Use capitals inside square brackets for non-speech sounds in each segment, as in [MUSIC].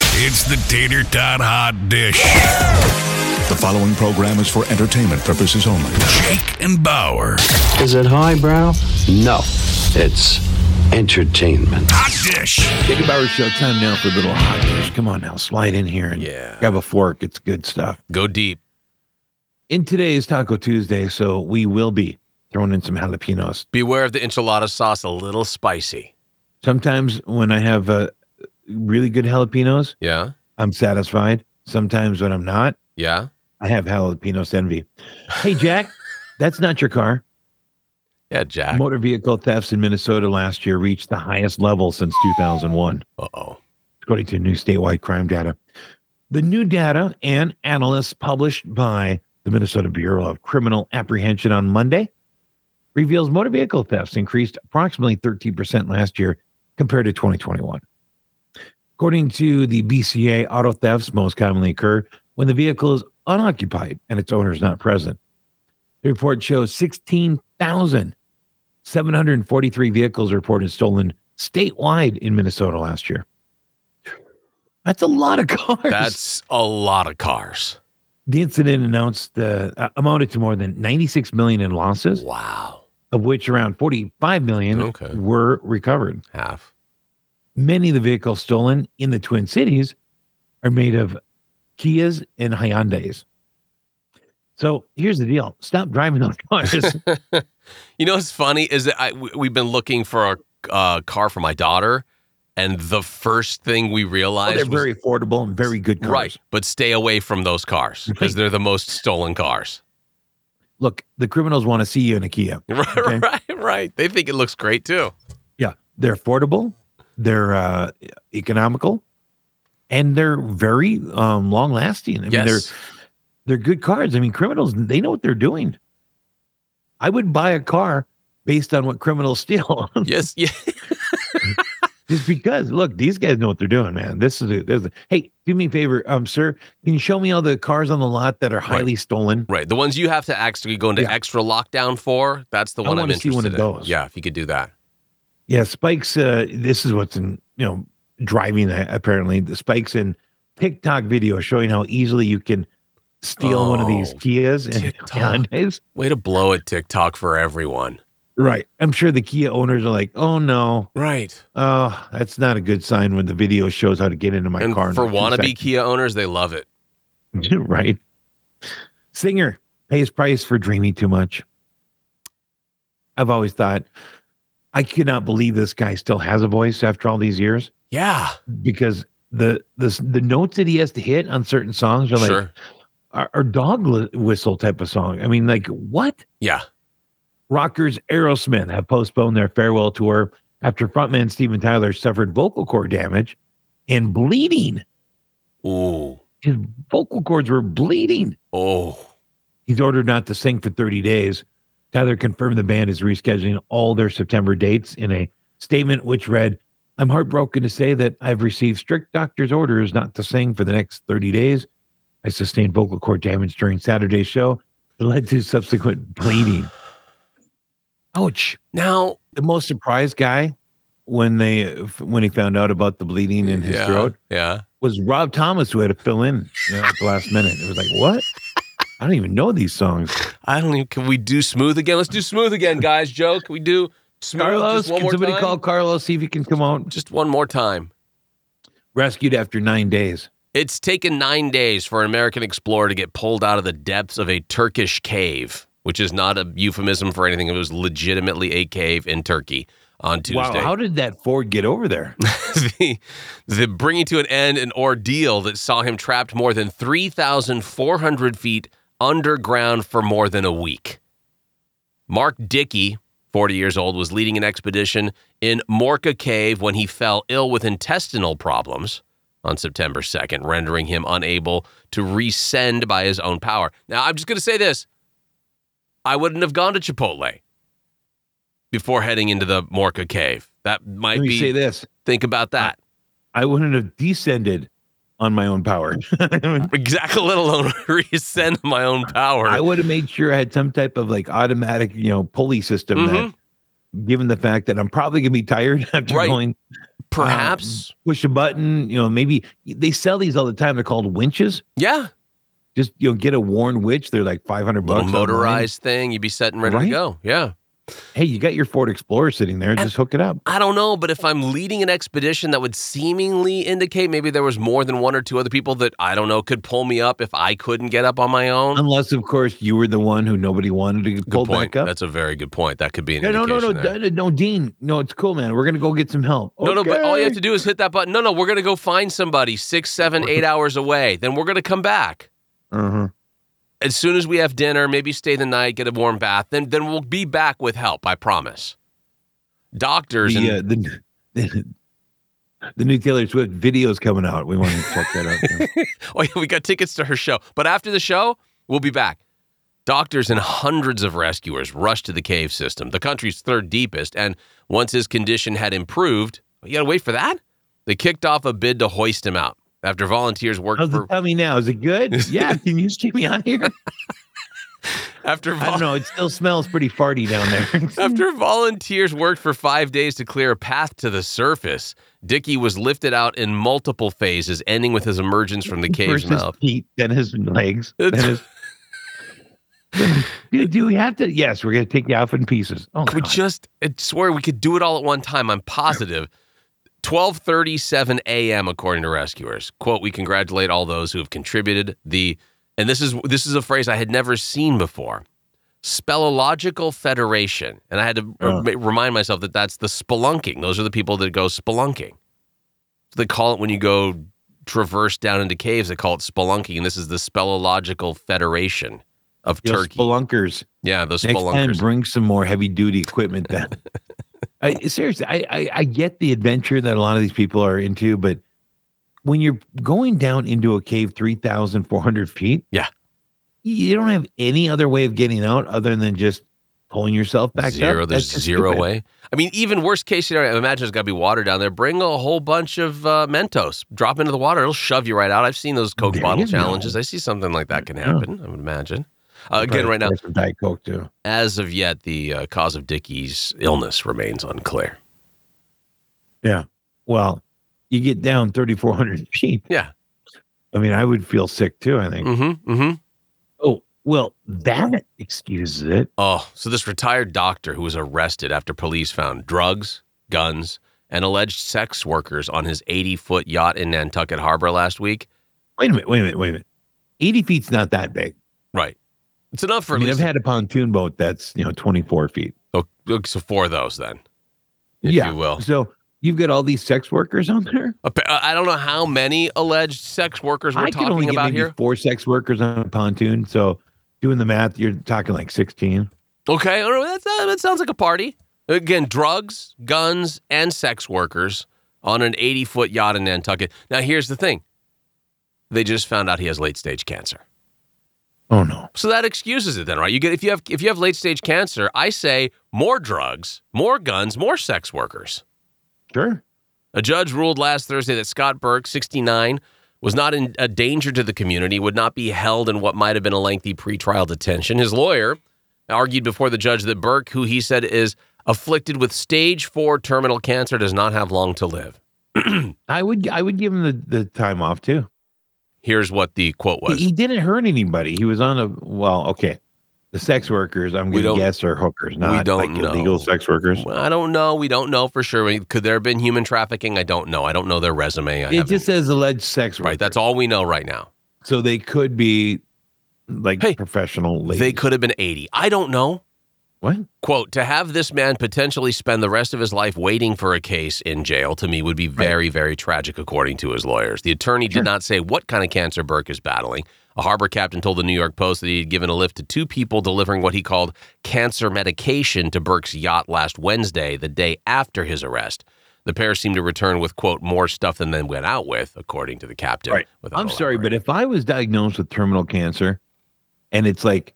It's the tater tot hot dish. The following program is for entertainment purposes only. Jake and Bauer. Is it highbrow? No, it's entertainment. Hot dish. Jacob Bauer Show. Time now for a little hot news. Come on now, slide in here and Yeah. grab a fork. It's good stuff. Go deep. In today's Taco Tuesday, so we will be throwing in some jalapenos. Beware of the enchilada sauce, a little spicy. Sometimes when I have uh, really good jalapenos, Yeah. I'm satisfied. Sometimes when I'm not, Yeah. I have jalapenos envy. Hey, [LAUGHS] Jack, that's not your car. Yeah, Jack. Motor vehicle thefts in Minnesota last year reached the highest level since 2001. Uh oh. according to new statewide crime data. The new data and analysts published by the Minnesota Bureau of Criminal Apprehension on Monday reveals motor vehicle thefts increased approximately 13% last year compared to 2021. According to the BCA, auto thefts most commonly occur when the vehicle is unoccupied and its owner is not present. The report shows 16,743 vehicles reported stolen statewide in Minnesota last year. That's a lot of [LAUGHS] cars. That's a lot of cars. the incident announced uh, uh, amounted to more than 96 million in losses, Wow. of which around 45 million Okay. were recovered. Half. Many of the vehicles stolen in the Twin Cities are made of Kias and Hyundai's. So here's the deal: stop driving [LAUGHS] those cars. You know what's funny is that I, we- we've been looking for a uh, car for my daughter, and the first thing we [LAUGHS] realized They're was very affordable and very good cars. right, but stay away from those cars because they're the most stolen cars. [LAUGHS] Look, the criminals want to see you in a Kia. right, Okay. right, right. They think it looks great too. They're affordable. They're uh, economical. And they're very um, long lasting. I mean, they're yes. they're good cars. I mean, criminals, they know what they're doing. I would buy a car based on what criminals [LAUGHS] steal yes. Yeah. just because look, these guys know what they're doing, man. This is, a, this is a- hey, do me a favor, um, sir, can you show me all the cars on the lot that are highly stolen? Right. The ones you have to actually go into Yeah. extra lockdown for, that's the I one I'm wanna interested see one of in. those. Yeah, if you could do that. Yeah, spikes. Uh, this is what's in you know driving that apparently the spikes in TikTok video showing how easily you can steal one of these Oh, Kias and TikTok. Hyundai's. Way to blow it, TikTok, for everyone. Right, I'm sure the Kia owners are like, oh no, Right. Oh, that's not a good sign when the video shows how to get into my and car. in for like two wannabe Kia owners, they love it. seconds. [LAUGHS] right? Singer pays price for dreaming too much. I've always thought I cannot believe this guy still has a voice after all these years Yeah. because the the the notes that he has to hit on certain songs are like sure. are, are dog li- whistle type of song. I mean, like what? Yeah. Rockers Aerosmith have postponed their farewell tour after frontman Steven Tyler suffered vocal cord damage and bleeding. Ooh. His vocal cords were bleeding. Oh. He's ordered not to sing for 30 days. Tyler confirmed the band is rescheduling all their September dates in a statement which read, I'm heartbroken to say that I've received strict doctor's orders not to sing for the next 30 days. I sustained vocal cord damage during Saturday's show that led to subsequent bleeding. [SIGHS] Ouch. Now, the most surprised guy when they when he found out about the bleeding in his yeah, throat Yeah. was Rob Thomas who had to fill in you know, at the last minute. It was like, what? I don't even know these songs. I don't even. Can we do smooth again? Let's do smooth again, guys. Joe, can we do smooth Carlos, just one can more somebody time? call Carlos see if he can come out? Just one more time. Rescued after nine days. It's taken nine days for an American explorer to get pulled out of the depths of a Turkish cave, which is not a euphemism for anything. It was legitimately a cave in Turkey on Tuesday. Wow, how did that Ford get over there? [LAUGHS] the, the bringing to an end an ordeal that saw him trapped more than 3,400 feet underground for more than a week. Mark Dickey, 40 years old, was leading an expedition in Morca Cave when he fell ill with intestinal problems on September 2nd, rendering him unable to rescend by his own power. Now, I'm just going to say this I wouldn't have gone to Chipotle before heading into the Morca Cave. That might Let me be say this. Think [LAUGHS] about that. I wouldn't have descended on my own power. [LAUGHS] Exactly, let alone resend my own power. I would have made sure I had some type of like automatic, you know, pulley system that given the fact that I'm probably gonna be tired [LAUGHS] after Mm-hmm. Right. going Perhaps. Push a button, you know, maybe they sell these all the time. They're called winches. yeah. Just you know, get a worn winch. They're like five hundred bucks. Little online. motorized thing. You'd be set and ready Right? to go. Yeah. Hey, you got your Ford Explorer sitting there. Just hook it up. I don't know, but if I'm leading an expedition, that would seemingly indicate maybe there was more than one or two other people that I don't know could pull me up if I couldn't get up on my own. Unless, of course, you were the one who nobody wanted to Good pull point. back up. That's a very good point. That could be an Yeah, no, no, no, indication. there. no, no, Dean. No, it's cool, man. We're gonna go get some help. No, no, but all you have Okay. to do is hit that button. No, no, we're going to go find somebody six, seven, [LAUGHS] eight hours away. Then we're going to come back. Uh-huh. As soon as we have dinner, maybe stay the night, get a warm bath, then, then we'll be back with help, I promise. Doctors The, and uh, the, the the new Taylor Swift video's coming out. We want to check that [LAUGHS] out. [LAUGHS] Oh, yeah, we got tickets to her show. But after the show, we'll be back. Doctors and hundreds of rescuers rushed to the cave system, the country's third deepest. And once his condition had improved, you got to wait for that? They kicked off a bid to hoist him out after volunteers worked How's for. it tell me now? Is it [LAUGHS] good? Yeah. Can you see me out here? After I vol- don't know. It still smells pretty farty down there. [LAUGHS] After volunteers worked for five days to clear a path to the surface, Dickie was lifted out in multiple phases, ending with his emergence from the cave's First his mouth. feet, then his legs, then It's- his. [LAUGHS] Do- Do we have to? Yes, we're gonna take you off in pieces. Oh, Could we God. just I swear we could do it all at one time. I'm positive. 12:37 a.m. according to rescuers. Quote, we congratulate all those who have contributed the and this is this is a phrase I had never seen before. Spellological Federation. And I had to Oh. re- remind myself that that's the spelunking. Those are the people that go spelunking. They call it when you go traverse down into caves, they call it spelunking. And this is the Spellological Federation of You know, Turkey. spelunkers. yeah, those Next time, spelunkers. bring some more heavy duty equipment. [LAUGHS] Then, I, seriously, I, I I get the adventure that a lot of these people are into, but when you're going down into a cave three thousand four hundred feet, Yeah. you don't have any other way of getting out other than just pulling yourself back zero. up. There's That's just zero stupid. way. I mean, even worst case scenario, I imagine it's got to be water down there. Bring a whole bunch of uh, Mentos, drop into the water. It'll shove you right out. I've seen those Coke There bottle you go. challenges. I see something like that can Yeah. happen. I would imagine. Uh, again, Probably right now, try some Diet Coke too. as of yet, the uh, cause of Dickie's illness remains unclear. Well, you get down thirty four hundred [LAUGHS] feet. Yeah. I mean, I would feel sick too. I think. Mm-hmm. Mm-hmm. Oh well, that excuses it. Oh, so this retired doctor who was arrested after police found drugs, guns, and alleged sex workers on his 80 foot yacht in Nantucket Harbor last week. Wait a minute. Wait a minute. Wait a minute. Eighty feet's not that big. Right. It's enough for I at mean, I've least had a pontoon boat that's you know 24 feet. Oh, look, so four of those then, if you will. So you've got all these sex workers on there. Appa- uh, I don't know how many alleged sex workers we're I could only talking get about maybe here. four sex workers on a pontoon. So doing the math, you're talking like 16. Okay, all right, that's, uh, that sounds like a party. Again, drugs, guns, and sex workers on an 80 foot yacht in Nantucket. Now, here's the thing they just found out he has late stage cancer. Oh no. So that excuses it then, right? You get if you have if you have late stage cancer, I say more drugs, more guns, more sex workers. Sure. A judge ruled last Thursday that Scott Burke, 69, was not in a danger to the community, would not be held in what might have been a lengthy pretrial detention. His lawyer argued before the judge that Burke, who he said is afflicted with stage four terminal cancer, does not have long to live. I would I would give him the, the time off too. Here's what the quote He, was. he didn't hurt anybody. He was on a well, okay. The sex workers, I'm We gonna don't- guess are hookers, not don't like know. illegal sex workers. Well, I don't know. We don't know for sure. Could there have been human trafficking? I don't know. I don't know their resume. I It haven't- just says alleged sex workers. right. That's all we know right now. so they could be like Hey, professional ladies. They could have been 80. I don't know. what? quote to have this man potentially spend the rest of his life waiting for a case in jail to me would be very very tragic according to his lawyers the attorney did not say what kind of cancer burke is battling a harbor captain told the new york post that he had given a lift to two people delivering what he called cancer medication to burke's yacht last wednesday the day after his arrest the pair seemed to return with quote more stuff than they went out with according to the captain Right. without I'm sorry, elaborating. but if I was diagnosed with terminal cancer and it's like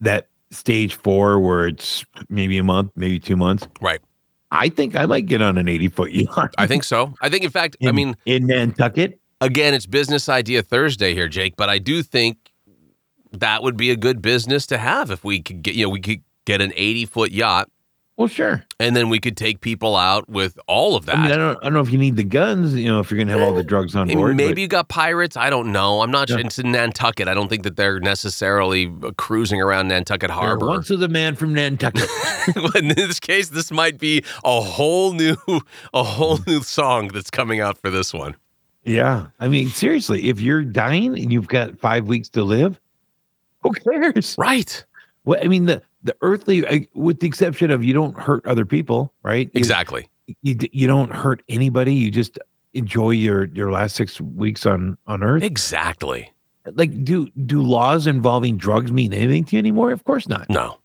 that stage four where it's maybe a month, maybe two months. Right. I think I might get on an 80 foot yacht. i think so i think in fact [LAUGHS] in, i mean in Nantucket. again, it's business idea Thursday here, Jake, but I do think that would be a good business to have if we could get, you know, we could get an 80 foot yacht Well, sure. and then we could take people out with all of that. I mean, I don't, I don't know if you need the guns. You know, if you're going to have all the drugs on I mean, board. but- Maybe you got pirates. I don't know. I'm not sure. Yeah. It's in Nantucket. I don't think that they're necessarily uh, cruising around Nantucket Harbor. [LAUGHS] Once [LAUGHS] was a man from Nantucket. in this case, this might be a whole new, a whole Mm. new song that's coming out for this one. yeah. I mean, seriously, if you're dying and you've got five weeks to live, who cares? Right. Well, I mean, the, the earthly, I- with the exception of you don't hurt other people, right? You- Exactly. You, d- you don't hurt anybody. You just enjoy your, your last six weeks on, on earth. Exactly. Like, do, do laws involving drugs mean anything to you anymore? Of course not. No.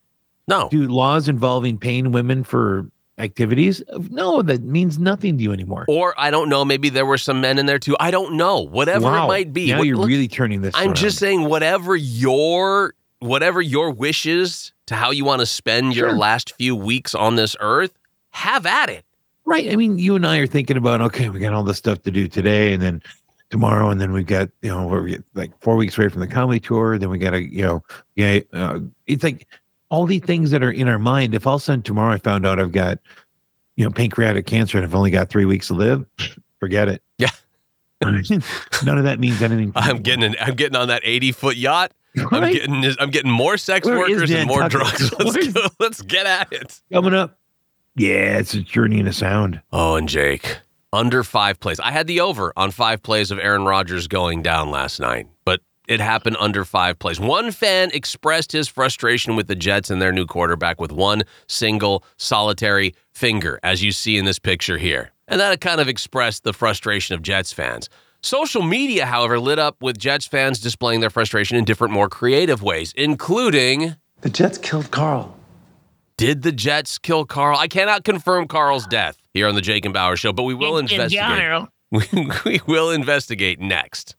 No. Do laws involving paying women for activities? No, that means nothing to you anymore. Or I don't know. Maybe there were some men in there too. I don't know. Whatever it might be. Now What- you're look, really turning this. I'm around. just saying whatever your whatever your wishes to how you want to spend your Sure. last few weeks on this earth, have at it. [LAUGHS] right. I mean, you and I are thinking about okay, we got all this stuff to do today, and then tomorrow, and then we got you know we're like four weeks away from the comedy tour. Then we got to you know yeah, uh, it's like all these things that are in our mind. If all of a sudden tomorrow I found out I've got you know pancreatic cancer and I've only got three weeks to live, forget it. Yeah. [LAUGHS] None of that means anything. to I'm me. getting an, I'm getting on that 80 foot yacht. I'm Right? getting this- I'm getting more sex Where is workers and more drugs. [LAUGHS] Nantucket? Let's Where's- go. Let's get at it. coming up. Yeah, it's a journey in a sound. Oh, and Jake, under five plays. I had the over on five plays of Aaron Rodgers going down last night, but it happened under five plays. One fan expressed his frustration with the Jets and their new quarterback with one single solitary finger, as you see in this picture here. And that kind of expressed the frustration of Jets fans. Social media, however, lit up with Jets fans displaying their frustration in different, more creative ways, including The Jets killed Carl. Did the Jets kill Carl? I cannot confirm Carl's death [LAUGHS] here on the Jake and Bauer show, but we will investigate. We, we will investigate next.